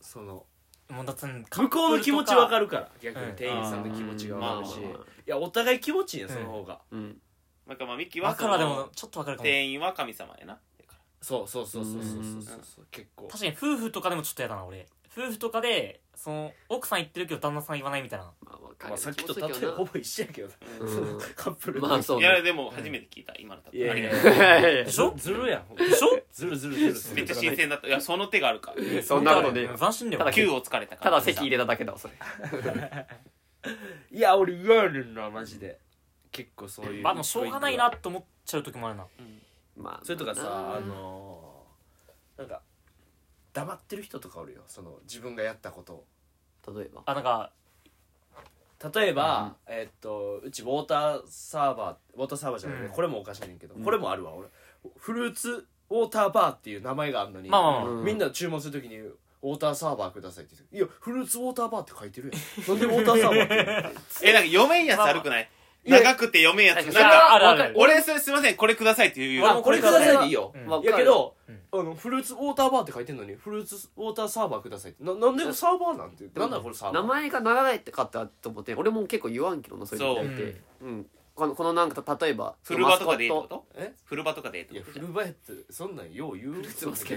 その
もうだって
向こうの気持ちわか
る
るから逆
う
に
ん
店員さんの気持ちがわかるし
うんまあまあまあ
いやお互い気持ちいいねその方が
うん
なんかまあミキは
わ
そ
か
の
らでもちょっとわかるかも
店員は神様やな
そうそうそうそうそうそうそう
うん
そう結構
確かに夫婦とかでもちょっとやだな俺夫婦とかでその奥さん言ってるけど旦那さん言わないみたいな
まあわか
まあ
る
さっきと
気持
例
ちいい
え
よ
ほぼ一緒やけどな
うん
そのカップ <laughs> ル
まあそう
い
ね <laughs>
やでも初めて聞いた今のた
いやいや
でしょ
ずるやん
でしょ
ずるずるずるずる
めっちゃ新鮮だったいやその手があるか
そんなことねえよ
斬新だよ
ただ
9を疲れたか
た
ら
だ席入れただけだわそれ
いや俺嫌やねんなマジで結構そういう
まあでもしょうがないなと思っちゃう時もあるな
まあ
それとかさあ
ま
のーなんか黙ってる人とかおるよその自分がやったことを
あ例えば
あなんか
例えば、えーっとうちウォーターサーバーウォーターサーバーじゃないね、
うん
これもおかしいねんけど、これもあるわ俺フルーツウォーターバーっていう名前があるのに、
まあまあまあ
うん
みんな注文するときにウォーターサーバーくださいって言っていやフルーツウォーターバーって書いてるやんなんでウォーターサーバーって <laughs> 言うの
えなんか読めんやつ悪くない長くて読めんやつな
い
ん
や
か
あるあるある
俺それすいませんこれくださいっていう
俺
あ
も
これくださいでいいよ、
うん
わかる
いやけど、
うん
あのフルーツウォーターバーって書いてんのにフルーツウォーターサーバーくださいってななんでサーバーなんてなんだこれサーバ
名
ー
前が長いってかったと思って俺も結構言わんけどなそういうのってうんこのこのなんか例えば
フルバとかでいいってこ
マスコット
と
え
フルバとかでいいっ
い
て
や
こ
フ
と
ルバやってそんなんよう言うフルーツバスケ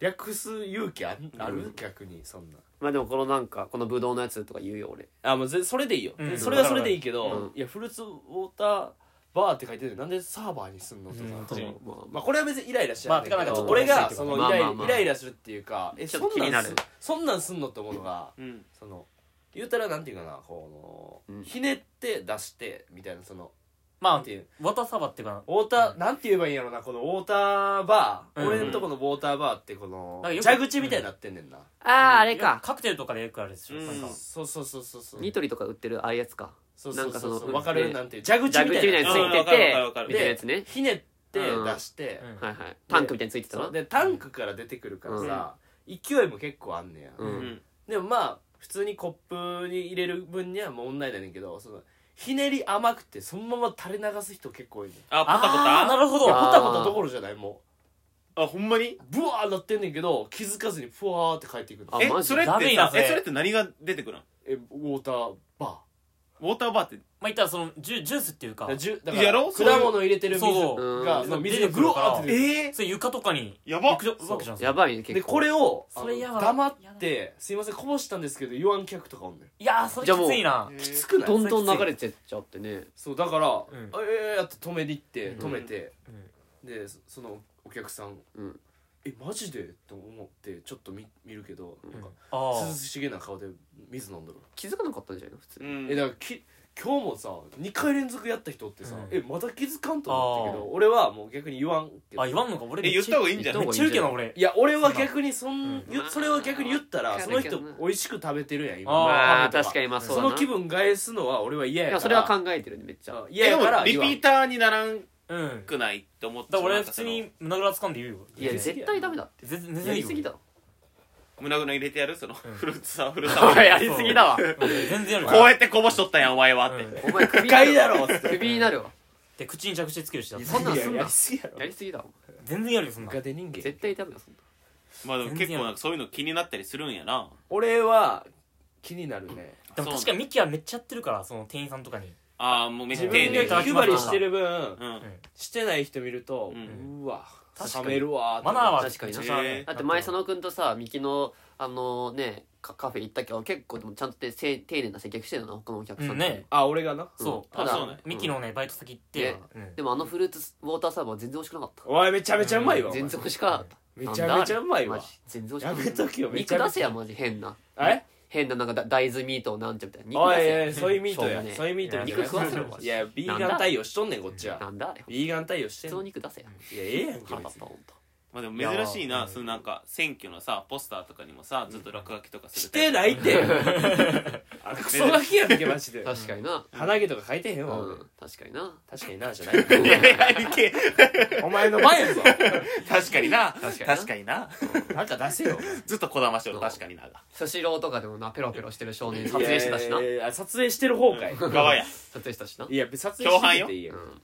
略す勇気あある、逆にそんな
まあでもこのなんかこのブドウのやつとか言うよ俺
あもうぜそれでいいよ、
うん
でそれはそれでいいけど、
うん
いやフルーツウォーターバーって書いてるなんでサーバーにすんのとか、
うん
ま
確かに
あま
まあこれは別にイライラしないんだけど
まあてかな
か
ん
ちょっと
俺が
うん
そのイ
まあ
ライ,、
まあまあ
イライラするっていうかえ
ち
そ
ょ
ん
っと気に
な
なんる
すそんなんすんのって思うのが、
うん
その言うたらなんていうかなこの、
うん
ひねって出してみたいなその
ま
なん
あ
ていう
ワタサバっていうか
ウォーター、なんて言えばいいんやろなこのウォーターバー、
うん
俺んとこのウォーターバーってこの
なんかよく
蛇口みたいになってんねんな、
あああ
あ
れか
カクテルとかでよくあるでしょ
うん
なんか
そうそうそうそうそう
ニトリとか売ってるああいうやつか
そうそ
な
うんそ
か
う
その
そうわかる
ね
なんていう蛇口
蛇
みた
口みた
い
いに
な
つ
うん
い
わかるわ
て
かるわか
て
る
みたいなやつね
ひねって出して、
うん
はいはいタンクみたいについてた
そう
な
でタンクから出てくるからさ、勢いも結構あんねや、
う
うんん
でもまあ普通にコップに入れる分には問題ないねんけどそのひねり甘くてそのまま垂れ流す人結構多いねん
あポタポ
あーな
タ
るほ
いや
ど
あー
ポタポタどころじゃないも
あほんまに
うブワーなってんねんけど気づかずにふわーって帰っていくの
あ
え
マジ
それっ
だる
て
い
さ
な
え
それ
それって何が出てくるの
えウォーターバ
ウォーターバーって
まあ言ったらそのジュジュースっていうか
ーじゅだ
や
から
ろ
果物入れてる水
そう
が
うん
の水がグワーって出てくる
え
それ床とかに
やば
行くわけじゃん
やばいね
で
結構
これをあの
それやばい
黙って「すいませんこぼしたんですけど言わん客とかおんねん
いやーそれきついな
きつ
く
くない
どんどん流れてっちゃってね
そうだから「
うん
ええー」って止めに行って止めて
うん
でそそのお客さん
うん
「えマジで?」と思ってちょっと見見るけどなんか
あー
涼しげな顔で水飲んどる
気づかなかったんじゃないの普通
えだからき今日もさ2回連続やった人ってさ、
うん
えまた気づかんと思ったけど俺はもう逆に言わんけど
あ言わんのか俺
え言った方がいいんじゃない
めっちゃ言うけどな俺
いや俺は逆にそん、
うん
言それは逆に言ったら
まあ
その人美味しく食べてるやん今
あー
まあ
食べて
確
は
かにまあそう
そ
だな
の気分返すのは俺は嫌や
い
から
やそれは考えてるねめっちゃ
あ
え
嫌
で
や
も
から
リピ
言わん
ーターにならん
うん
くないって思った
だから俺普通に胸ぐら掴んで言うよ
いや絶対ダメだって
全然全
や
然い
り
いよ
すぎだろ
胸ぐら入れてやるその
うん
フルーツさフルーツ
おい
さ
やりすぎだわ
うん全然やる
こうやってこぼしとったんやお前はって
うん
お前首
深いだろっつって
首になるわ
でで口に着地つけるしだって
そんなん
いや
すん
や
な
りすぎやろ
やりすぎだろ
全然やるよそんな
ム
ん
カデ人間
絶対痛むよそんな
まあでも結構なんかそういうの気になったりするんやな
俺は気になるね
でも確かにミキはめっちゃやってるからその店員さんとかに
ああもうめっち
自
ゃ丁
分
寧
で
だ
気配りしてる分
うん
してない人見ると
う
うんわ
確かに
冷めるわ
マナーは
確かにな
めちゃくちゃ
へー
だって前佐野君とさミキのあのねカカフェ行ったけど結構でもちゃんとてせ丁寧な接客してるの他のお客さんと
うんね
あ俺がな
そう
た
あ
だ
そうね
ミキのねバイト先行って
ね
うん
でもあのフルーツウォーターサーバー全然美味しくなかった
おいめちゃめちゃうまいわお前
全然美味しくなかった
めちゃめちゃうまいわ
マジ全然美
や
味し
め
くな
と
かった
きよめちゃ
肉
め
出
ち
せ
ゃ
やマジ変な
え
変ななんかだ大豆ミートをなんちゃみたいな
お
肉
い
出
い
せ
やい
や
やソイミートや
そうね
ソイミートや
いや肉食わせろ
いやビーガン対応しとんねんこっちは
なんだあれ
ビーガン対応してん
普
ね
通の
んい
肉出せや
やええやんけ
腹
別
立
に
ったほんと
まあでも珍しい
いや
な
ー
そのなんか選挙のさポスターとかにもさずっと落書きとかする
してないってあクソガキやんけマジで
確かにな
鼻毛とか書いてへん
う
わ俺
ん確かにな
確かになじゃない
いや <laughs> いやいけ
お前の前
<laughs>
やぞ
確かにな
確かにな
確かにな
なんか出せよ
ずっとこだましよる確かになが
スシローとかでもなペロペロしてる少年撮影してたしない
やいや撮影してる方かい
側や
撮影したしない
や撮影してていいよ
うん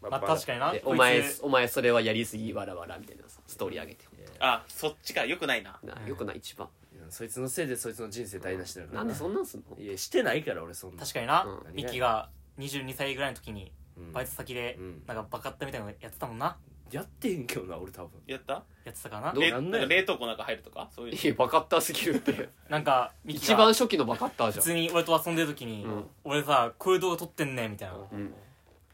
ま
まあ確かにな
で
こい
お
つ
前お前それはやりすぎわらわらみたいなさストーリー上げて
あそっちかよくないな
なよくない一番
そいつのせいでそいつの人生台無しだから
なんでそんなんすんの
いやしてないから俺そんな
確かにな
うん
ミキが22歳ぐらいの時に
うん
バイト先で
うん
なんかバカったみたいなのやってたもんな
やってへんけどな俺多分
やった
やってたからな
どう
れ
なんだよ
冷凍庫なんか入るとかそういうの
いやバカッターすぎ
<laughs>
るって
なんかミキ
一
が
番初期のバカッター
普
じゃん
通に俺と遊んでる時に
うん
俺さこういう動画撮ってんねみたいな
うん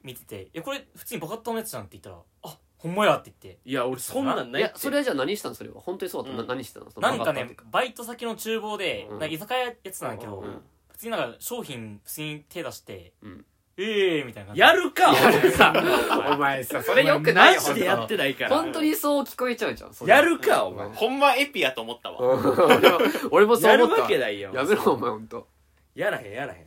見てて「えこれ普通にバカったのやつじゃん」って言ったら「あほんまや」って言って
いや俺そんなんないいっ
や
て
それはじゃあ何したのそれは本当にそうだった、
うん
な何してたのその
なんか
バカッターって
ね
いう
バイト先の厨房で
うん
なんか居酒屋やってたんだけど
うん
普通になんか商品普通に手出して
うん
「ええ」みたいな感じ
やるか
かお前さそれよくないよ
マジでやってないから
本当にそう聞こえちゃうじゃんそれ
やるかお前
ほんまエピやと思った
う
わ
ん俺も <laughs> 俺もそう
や
思
る
っ
わ
たわ
けないよ
やめろお前本当
やらへんやらへん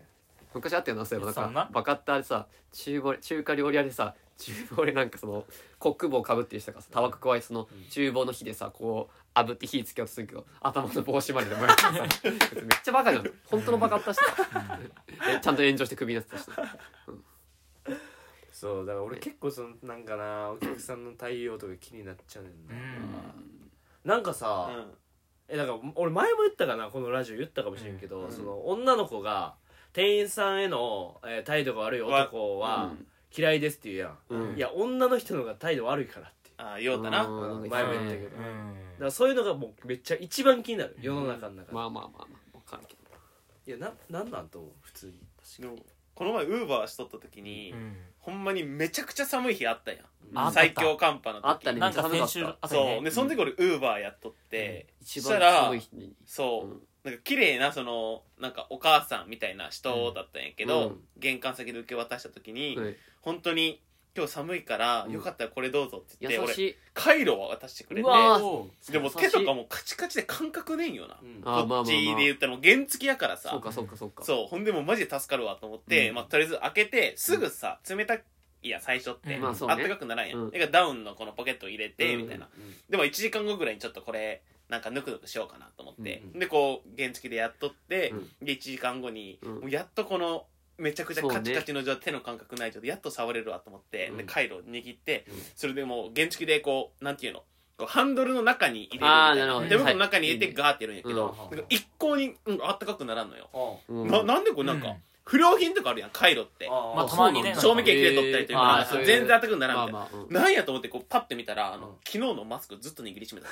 昔あったよなそういえば
そ
なん
ん
か
な
バカッターでさ中ぼ中華料理屋でさ厨房でなんかそのコック帽かぶってる人がさタバコ加えてその厨房の火でさこう炙って火つけようとするけど頭の帽子まででも
<laughs>
やってさめっちゃバカじゃん本当のバカッターしたえちゃんと炎上してクビになってたし
そうだから俺結構そのなんかなお客さんの対応とか気になっちゃうねん
う
な、な
ん
んか
う
さ、
ん
えなんか俺前も言ったかなこのラジオ言ったかもしれんけど、
うん
その女の子が店員さんへの、えー態度が悪い男は嫌いですって言うやん、
うん
いや女の人の方が態度悪いからって
ああようたな
うん
うん
なんか
前も言ったけど、
う
だ
ん
からそういうのがもうめっちゃ一番気になる世の中の中で、
まあまあまあまあわかるけど
いやななんなんと思う普通に
でもこの前ウーバーしとった時に
うん
ほんまにめちゃくちゃ寒い日あったや
あ
ん最強寒波の時
あったね
なんか先週
めっちゃ寒か
あた
そう
ね
でその時俺ウーバーやっとって
一
そし
番
たら
寒い日に
そう、
うん
なんか綺麗なそのなんかお母さんみたいな人だったんやけど、
うんうん
玄関先で受け渡した時に、
はい
本当に今日寒いから、
うん
よかったらこれどうぞって言って
優し
俺
い
カイロを渡してくれて
うわ
おう
でも
優し
手
い
とかもカチカチで感覚ねえんよな、
うん
あまあまあまあ
こっちで言ったらもう原付きやからさ
そうかそうかそうか
そうほんでもうマジで助かるわと思って、
うん
まあ、とりあえず開けてすぐさ冷たいや最初って、
うん
まあそう
あった
ね
かくならんやん、
うん
だからダウンのこのポケットを入れて、
うん
みたいな
うん
でも1時間後ぐらいにちょっとこれなんかぬくぬくしようかなと思って、
うんう
でこう原付でやっとって、
うん
で1時間後に、
うん
もうやっとこのめちゃくちゃ
そうね
カチカチの状態、手の感覚ない状態やっと触れるわと思って、
うん
で回路を握って、
うん
それでもう原付でこうなんていうのこうハンドルの中に入れるみ
あー
たい
なるほどね
手袋の中に入れ
は
て
い
ガーってやるんやけど、
うん
なんか一向に、うん、あったかくならんのよ、
あ
うん
ななんでこうなんか、
うん
不良品とかあるやん回路って
あ
まあ
あ
たまにね
そう
賞味
なん
期
だ
限切れとったりというか、
えー
なんか
あーそういう
全然あったかくならんみた
ま
い
あ
な、
まあうん
なんやと思ってこうパッて見たらあの、
うん
昨日のマスクずっと握りし
<laughs>
めた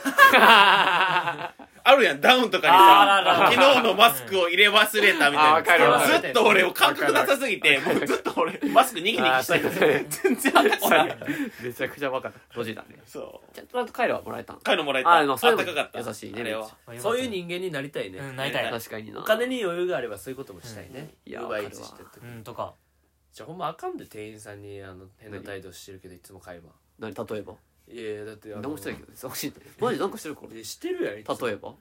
あるやんダウンとかに
あー
さ
あるある
昨日のマスクを入れ忘れたみ
あー
た
わか
い
る
な
わか
ず
る
っと俺を感覚なさすぎてもうずっと俺マスクにぎにぎして
あーそうや
る全然あったかくない
めちゃくちゃバカドジだね
そう
ちゃんと帰るはもらえたん
彼のもらえたあ
あーでも
っ
それ
た
も
かかった
優しいね
あれは
めっちゃ
そういう人間になりたいね、
うんなりたい
確かにな
お金に余裕があればそういうこともしたいね、
うんいや
ウーバーイー
わか
ツ
るわ
してる時
うんとか
じゃあほんまあかんで店員さんにあの変な態度してるけどいつも会話
何例えば
いやいやだってあの
何もしてないけど忙しいマジなんかしてるか
いやしてるやんいつも
ら例えば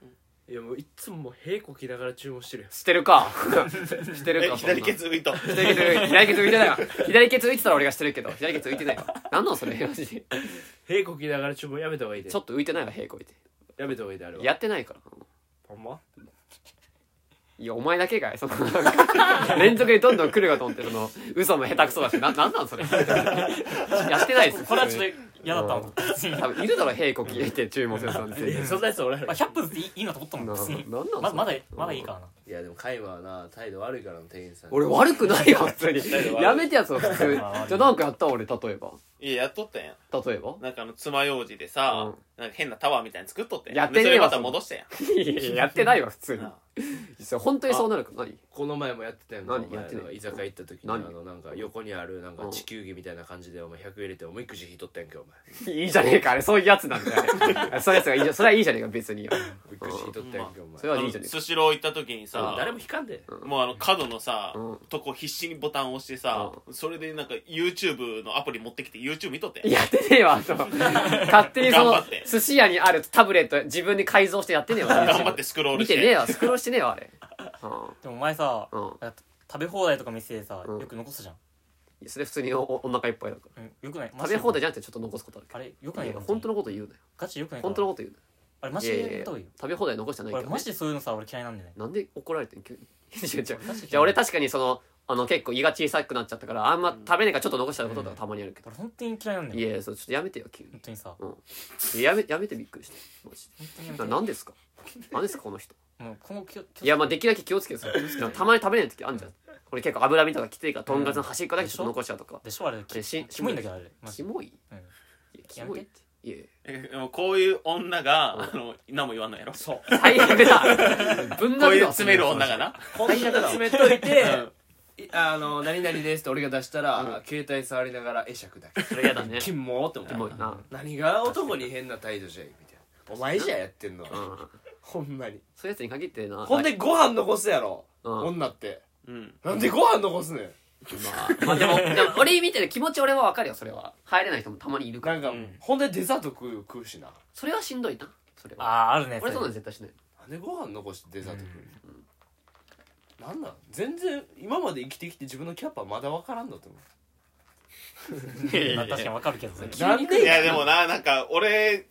いやもういつももう屁こきながら注文してるやん
してるか <laughs> してる
え
か
左ケ
ツ
ツ浮いた
左ケツ左ケツ浮いてないわ左ケツ浮いてたら俺がしてるけど左ケツ浮いてないわ何なのそれマジで
屁こきながら注文やめた方がいいで
ちょっと浮いてないわ平行いて
やめた方がいいであれは
やってないから
ほんま
いやお前だけかいそのなんか連続でどんどん来るかと思ってその嘘も下手くそだしななんなんそれやってないです
これはちょ
普
っと
通に
嫌だった <laughs> の
多分いるだろ「平子消え」って注文するさんって
いやそんなやつ俺ら
まあ100分でいいいいなと思ったもん
な
別に
なんなん
<laughs> まだまだ
それ
まだいいからない
やでも海馬はな態度悪いからの店員さん
俺悪くないよ <laughs> 普通に
態度悪い
やめてやその普通に
まあ悪い
じゃあなんかやった俺例えば
いややっとったやん
例えば
なんかあの爪楊枝でさ、なんか変なタワーみたいに作っとって
やってねえわ
でそれまた
そんな
戻したやん
いやいややってないわ普通に
なあ
それ本当にそうなるか何
この前もやってたよな
何
お前
やってない
居酒屋行った時にあ
何
のなんか横にあるなん
う
か
ん
地球儀みたいな感じでお前100入れておみくじ引いとったやんけお前
いいじゃねえかあれそういうやつなんだよあれそういうやつがいいじゃそれはいいじゃねえか別に
おみくじ引いとったやんけお前
それは
あ
い
の
いじゃねえか
スシロー行った時に
う
さ
ん誰も引かんで
もうあの角のさ、
うん
とこ必死にボタンを押してさ、それでなんか YouTube のアプリ持ってきて YouTube 見とって
やってねえわと勝手にそ
頑
の
張って
寿司屋にあるタブレット自分に改造してやってねえわ
頑張ってスクロール
見
して
てねえわスクロールしてねえわあれ
でもお前さ
うんうん
食べ放題とか店でさ
うん
よく残すじゃん
それ普通におおお腹いっぱいだから
うんよくない
食べ放題じゃなくてちょっと残すことある
あ
け
れよく
ど
ないい
や本当
の
のこと言うなよ
ガチよくないから
本当のこと言うなよ
あれマジ
いやい
で
やいや
やった方がいいよ
食べ放題残してないけ
俺
ど
マ
ね
ジでそういうのさ俺嫌いなんだよね
なんで怒られてん急に違う違う
俺マジで
じゃあ俺確かにそのあの結構胃が小さくなっちゃったからあんま食べねえからちょっと残したこととかたまにあるけど、
俺本当に嫌いなんだ
い
よ
やいやそうちょっとやめてよ急に
本当にさ
いややめやめてびっくりしてマジ
本当にやめ
で
て
な何ですか何ですかこの人
もう今後気を気を
いやまあできるだけ気をつけてさたまに食べれない時あんじゃん俺結構脂身とかきついからとんかつの端っこだけちょっと残しちゃうとか
でしょあれ
えし
キモいんだけどあれマジ
キ
で
モいい
うん
やキモいっていやいや
えでもこういう女が、あの何も言わんのやろ
そう
最悪だ文
こう
学
いう
だわ
詰める女がな
こんなの詰めといてい <laughs> あの何々ですって俺が出したら、携帯触りながら会釈だけ
それ嫌だね
キモーって思っ
キ
た
モいな
何が男に変な態度じゃいみたいなお前じゃやってんのは、
うん
ほんまに
そういうやつに限ってな
ほんでご飯残すやろ、
うん
女って
うん
なんでご飯残すねん
まあで <laughs> も、でも俺見てる気持ち俺はわかるよ、それは。入れない人もたまにいるか
な
ら。
んか、
うん
ほんでデザート食う食うしな
それはしんどいな、それ
あ
は。
ああるね
俺そ
そうれ
なん絶対しない。
なんでご飯残してデザート食う、のなんなん全然今まで生きてきて自分のキャパまだ分からんだと思う
まあ確かにわかるけどね
急に来る
いやでもななんか俺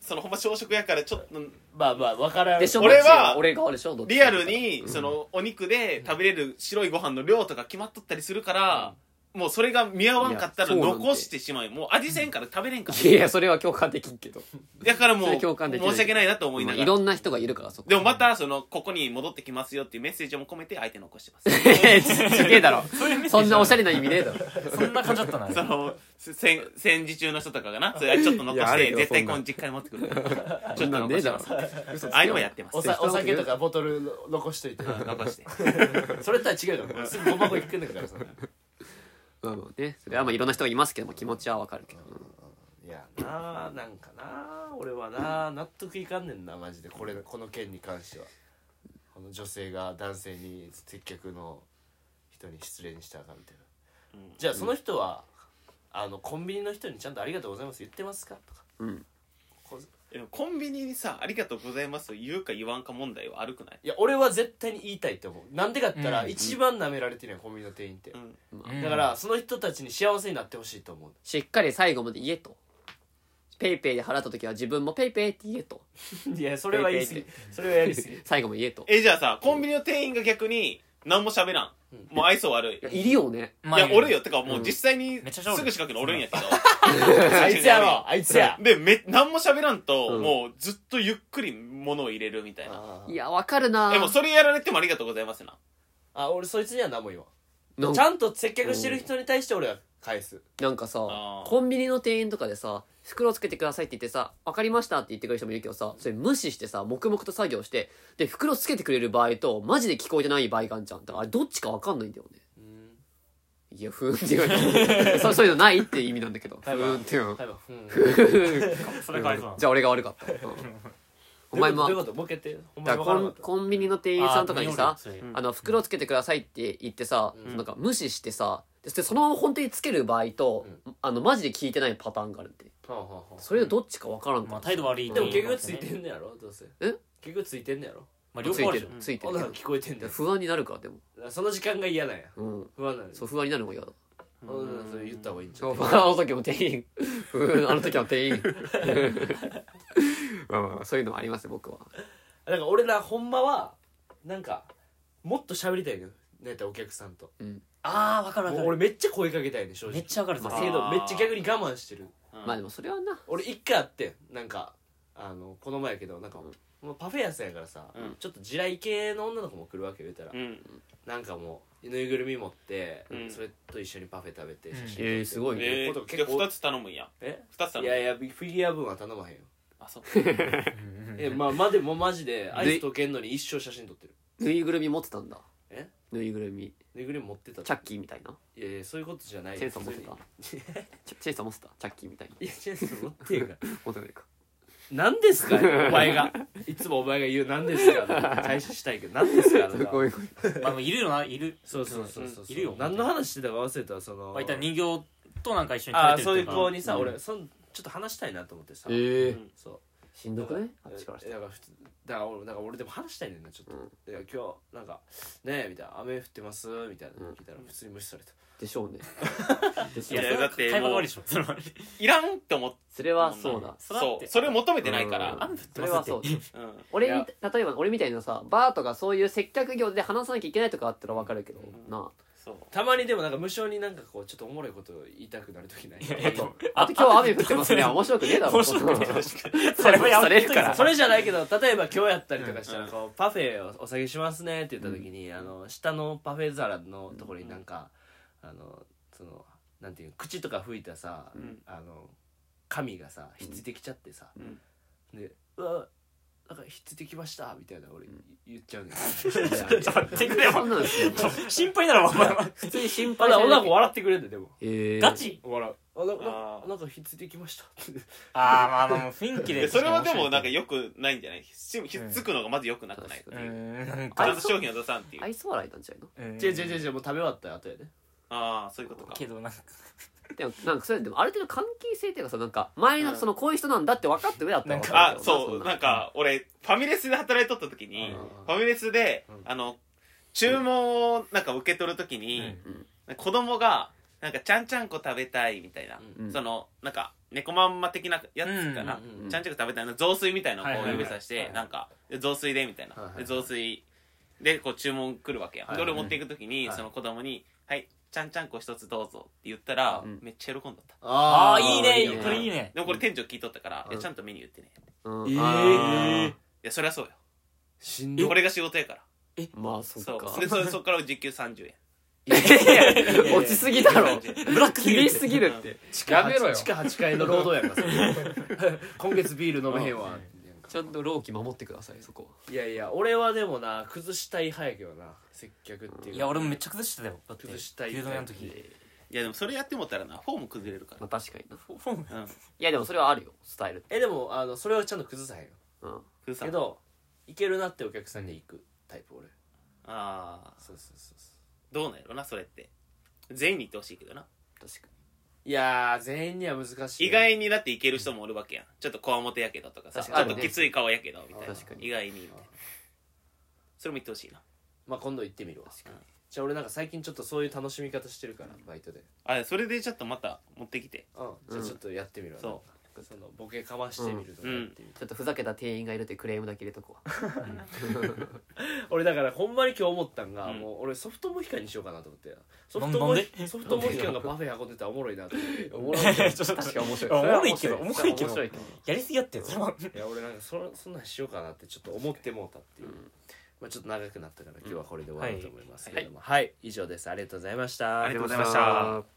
そのほんま小食やからちょっと
まあまあ分からん
でしょ
俺は
どっちが俺側でしょどっち
リアルにそのお肉で食べれる白いご飯の量とか決まっとったりするから、もうそれが見合わんかった
い
ら
やそうなんて
残してしまいもう味せんから食べれんから
いやいや、それは共感できんけど。
だからも
それ
う
共感できない
申し訳ないなと思い
まあ
なが
い
ら
ろんな人がいるから、そこ。
でもまたそのここに戻ってきますよっていうメッセージも込めて相手残してます
<laughs> え、ちすげえだろ。
そういうメッセ
そ
ージ
んなおしゃれな意味ねえだろ。
<laughs> そんな感じだったなあれ
その戦戦時中の人とかがなそれちょっと
いやあ
残し
るけ
て
ど
絶対
そんな
今実家に持ってくるからち
そ
ょっ
ん
と
なのね
残し
え
て
だろ
ます。ああいうのはやってます
おさ
そう
お酒とかボトルの残しといて
残して
それとは違うだろすぐゴミ箱行くんだからさ
まあまあね。それはまあいろんな人がいますけども、気持ちはわかるけど。
いやなあなんかなあ俺はなあ納得いかんねんなマジでこれこの件に関してはこの女性が男性に接客の人に失礼にしたかみたいな、
うん
じゃあその人は、あのコンビニの人にちゃんと「ありがとうございます」言ってますかとか
うん。
こう
でもコンビニにさ「ありがとうございます」を言うか言わんか問題は悪くない、
いや俺は絶対に言いたいと思うなんでかって言ったら、
うん
一番舐められてるやんコンビニの店員って、
うん、
うん
だからその人たちに幸せになってほしいと思う
しっかり最後まで言えと。ペイペイで払った時は自分もペイペイって言えと。
いやそれは言 <laughs> い過ぎそれはやりすぎ
最後も言えと。
えじゃあさコンビニの店員が逆に何も喋らん、
うん
もう愛想悪い
いやいるよね。
まあ
いや、おるよ。てか、もううん実際に、
めっち
す
ゃ
ぐ
喋る
近くにおるんやけど。
<laughs> あいつ
<laughs>
やろあいつや
で、め、何も喋らんと、
うん
もうずっとゆっくり物を入れるみたいな。
あ
い
ー
や、わかるな
でも、それやられてもありがとうございますな。
あ俺そいつには何も言わん
なん
ち
か
ゃんと接客してる人に対して俺は返す
なんかさ
あー
コンビニの店員とかでさ袋つけてくださいって言ってさ「分かりました」って言ってくれる人もいるけどさそれ無視してさ黙々と作業してで袋つけてくれる場合とマジで聞こえてない場合があんじゃんだからあれどっちか分かんないんだよねいやふーんって言われてそうそういうのないって意味なんだけどふ
い
ーんっていうの
多分うん
それかわいそうな
<laughs> じゃあ俺が悪かった、うんお前も
どういうことどういうことボケてお
だ
前
から
分
コ
からな
ンコンビニの店員さんとかにさ
あ匂い
あの袋つけてくださいって言ってさ、
うん
なんか無視してさでそのまま本当につける場合と、あのマジで聞いてないパターンがあるって
はあはあはあ
それでどっちか分からんと
まあ態度悪い
でも結局ついて
る
んねやろどうせ
え
結局ついてんねやろ
まあ両
つい
方あ
て
るじ
る
ゃん
ついて
ほんなら
る
聞こえてんだよ
不安になるからでも
その時間が嫌なんや
うん
不安なんや
そう不安になるのが嫌だ
ほんならそれ言った方がいいんちゃ
そううあの時も店員 <laughs> うんあの時も店員 <laughs> まあまあまあそういうのもありますよ僕は
なんか俺らほんまはなんかもっと喋りたいのよなんやったらお客さんと
ああ分かる
もう
分か
俺
る
めっちゃ声かけたいね正
め
直
っちゃ分かるそ
ま
れ
あけどめっちゃ逆に我慢してる
うん
まあでもそれはな
俺一回あってんなんかあのこの前やけどなんか、もうパフェ屋さんやからさ、
うん
ちょっと地雷系の女の子も来るわけ言うたら、
うん
なんかもうぬいぐるみ持って、
うん
それと一緒にパフェ食べて
うん
写真撮って、
えーすごいね
え
こと
ー、
結構
2つ頼むんや
え
2つ頼
い
むん
やいやフィギュア分は頼まへんよ、
あそう <laughs>
うんうん
えまあまあでもマジでアイス溶けんのに一生写真撮ってる
ぬいぐるみ持ってたんだ
え
ぬいぐるみ
ぬいぐるみ持ってた
チャッキーみたいない
やいやそういうことじゃない
チェーンソー持ってた
普
チェチェー <laughs> ンソー持ってたチャッキーみたいな
通にいやチェーンソー持ってんから
持ってないか
何ですかお前がいつもお前が言う何ですか対処したいけど何ですかあなた
ごめんごめん
まあでもいるよないる
そうそうそうそう
いるよ
何の話してたか忘れたわその
まあいったら人形となんか一緒に
あ
食べてるとか
ーそういう子にさ
うん
俺そんちょっと話したいなと思ってさ
え
うん
そう
しんどくねあっちからし
え
て
だから普通だから俺だから俺でも話したいねんなちょっと
う
い
ん
や今日なんか「ねえ」みたいな「雨降ってます」みたいなの聞いたら普通に無視された
でしょうねでし
い
ょう
や
い
ね
や
それは
だって
会話
もう
が悪いでしょそれはい
らんって思って
それはそうだ
それはっ
そ
て
うそれ求めてないか
う
ら
ん
雨降って
そ
ま
れ
すっ
は
て
そう
うん
俺
い
み
や
た例えば俺みたいなさバーとかそういう接客業で話さなきゃいけないとかあったら分かるけど
ん
な
そう
たまにでもなんか無性になんかこうちょっとおもろいこと言いたくなる時ない <laughs>
いやいや
ああと今日雨降ってますね面白くねえだろ
面白くねえ
それもや
そ
め
れ
るから
それじゃないけど例えば今日やったりとかしたらこうパフェをお下げしますねって言った時にあの下のパフェ皿のところになんかあのそのなんていう口とか吹いたさ
ん
あの紙がさひっついてきちゃってさ
ん
で「うわなんかひっついてきました」みたいな俺言っちゃうねん
<laughs> ちょっと待ってくれ
そ
よ
んなんですよ
心配ならお前 <laughs> は
普通に心
<laughs> ま
配
だ
される
女の子笑ってくれるんだでも
えー
ガチ
笑うあな
あ
な
ー
なんかひっついてきました <laughs>
あーまあまあもう雰囲気
で
で
それはでもなんかよくないんじゃないひひっつくのがまずよくなくない
確
う
か
ー
に
んな
ち
ん
ゃ
か
んと商品を出さんっていう
愛想笑いなんちゃうの
違う違う違う違うもう食べ終わった後やで
ああそういうことか
けどなんか
でもなんかそれでもある程度関係性っていうかさなんか前のそのこういう人なんだって分かって上だったら分か
あ
るけど
そうなんか俺ファミレスで働いとった時に
うん
ファミレスであの注文をなんか受け取る時
う
に
ん
子供がなんかちゃんちゃんこ食べたいみたいな
うん
そのなんか猫まんま的なやつかな
うんうんうん
ちゃんちゃんこ食べたいの雑炊みたいなのを
はい
こう
はいはい
指さしてなんかで雑炊でみたい
はいはい
な
はい
で雑炊でこう注文来るわけや
はい
で
はい
俺持っていく時に
はい
その子供に「はいちゃんちゃんこ一つどうぞ」って言ったら
うん
めっちゃ喜んだった
あ
あ
あいい
いい
ね
ね
これいいね
でもこれ店長聞いとったから「
うん
いやちゃんとメニュー言ってね」い
うん
えー
あ
やそりゃそうよ
しんど
これが仕事やから
ーまあそっ
そ
か
うでそそっから時給30円
落ちすぎだろ
ブラック
厳しすぎるってやめろよ
地下8階の労働やんかそ <laughs> れ今月ビール飲めへんわ
ちゃんと老期守ってくださいそこ
いやいや俺はでもな崩したい早けどな接客っていう
い
い
や俺もめっちゃ崩してたよだって
崩したい
牛丼屋の時
いやでもそれやってもったらなフォーム崩れるか
まあ確かにな
フォフォー
<laughs>
ム
らうん
いやでもそれはあるよスタイル
えでもあのそれはちゃんと崩さへんよ
うん
崩さ
けどいけるなってお客さんに行くタイプ俺
ああ
そうそうそうそ
どうなんやろなそれって全員に言ってほしいけどな
確かに
ういやー全員には難しい
意外にだっていける人もおるわけやんちょっとこわもてやけどとかさ
確
ち
か
ょっ
に
ときつい顔やけどみたいな
確かに
意外にみたいなそれも言ってほしいな
まあ今度行ってみるわ
確かに
じゃあ俺なんか最近ちょっとそういう楽しみ方してるからバイトで
あそれでちょっとまた持ってきて
うんじゃあちょっとやってみるわ
そ
なんかそのボケかましてみるとかやってみる
ちょっとふざけた店員がいるってクレームだけ入れとこう
俺だからほんまに今日思ったんが、
うん
もう俺ソフトモヒカンにしようかなと思ってソ
な
フ
ん
トモ
なん
ヒソフトモヒカンがパフェ運んでたらおもろいなと思って
おもろ
いねちょっと
確かに面白い
おもろいけど
それは面白いけど
やりすぎやってそれはい
や俺なんかそそんなんしようかなってちょっと思ってもうたっていう、まあ、ちょっと長くなったから今日はこれで終わろうと思いますけども、はい以上ですありがとうございました
ありがとうございました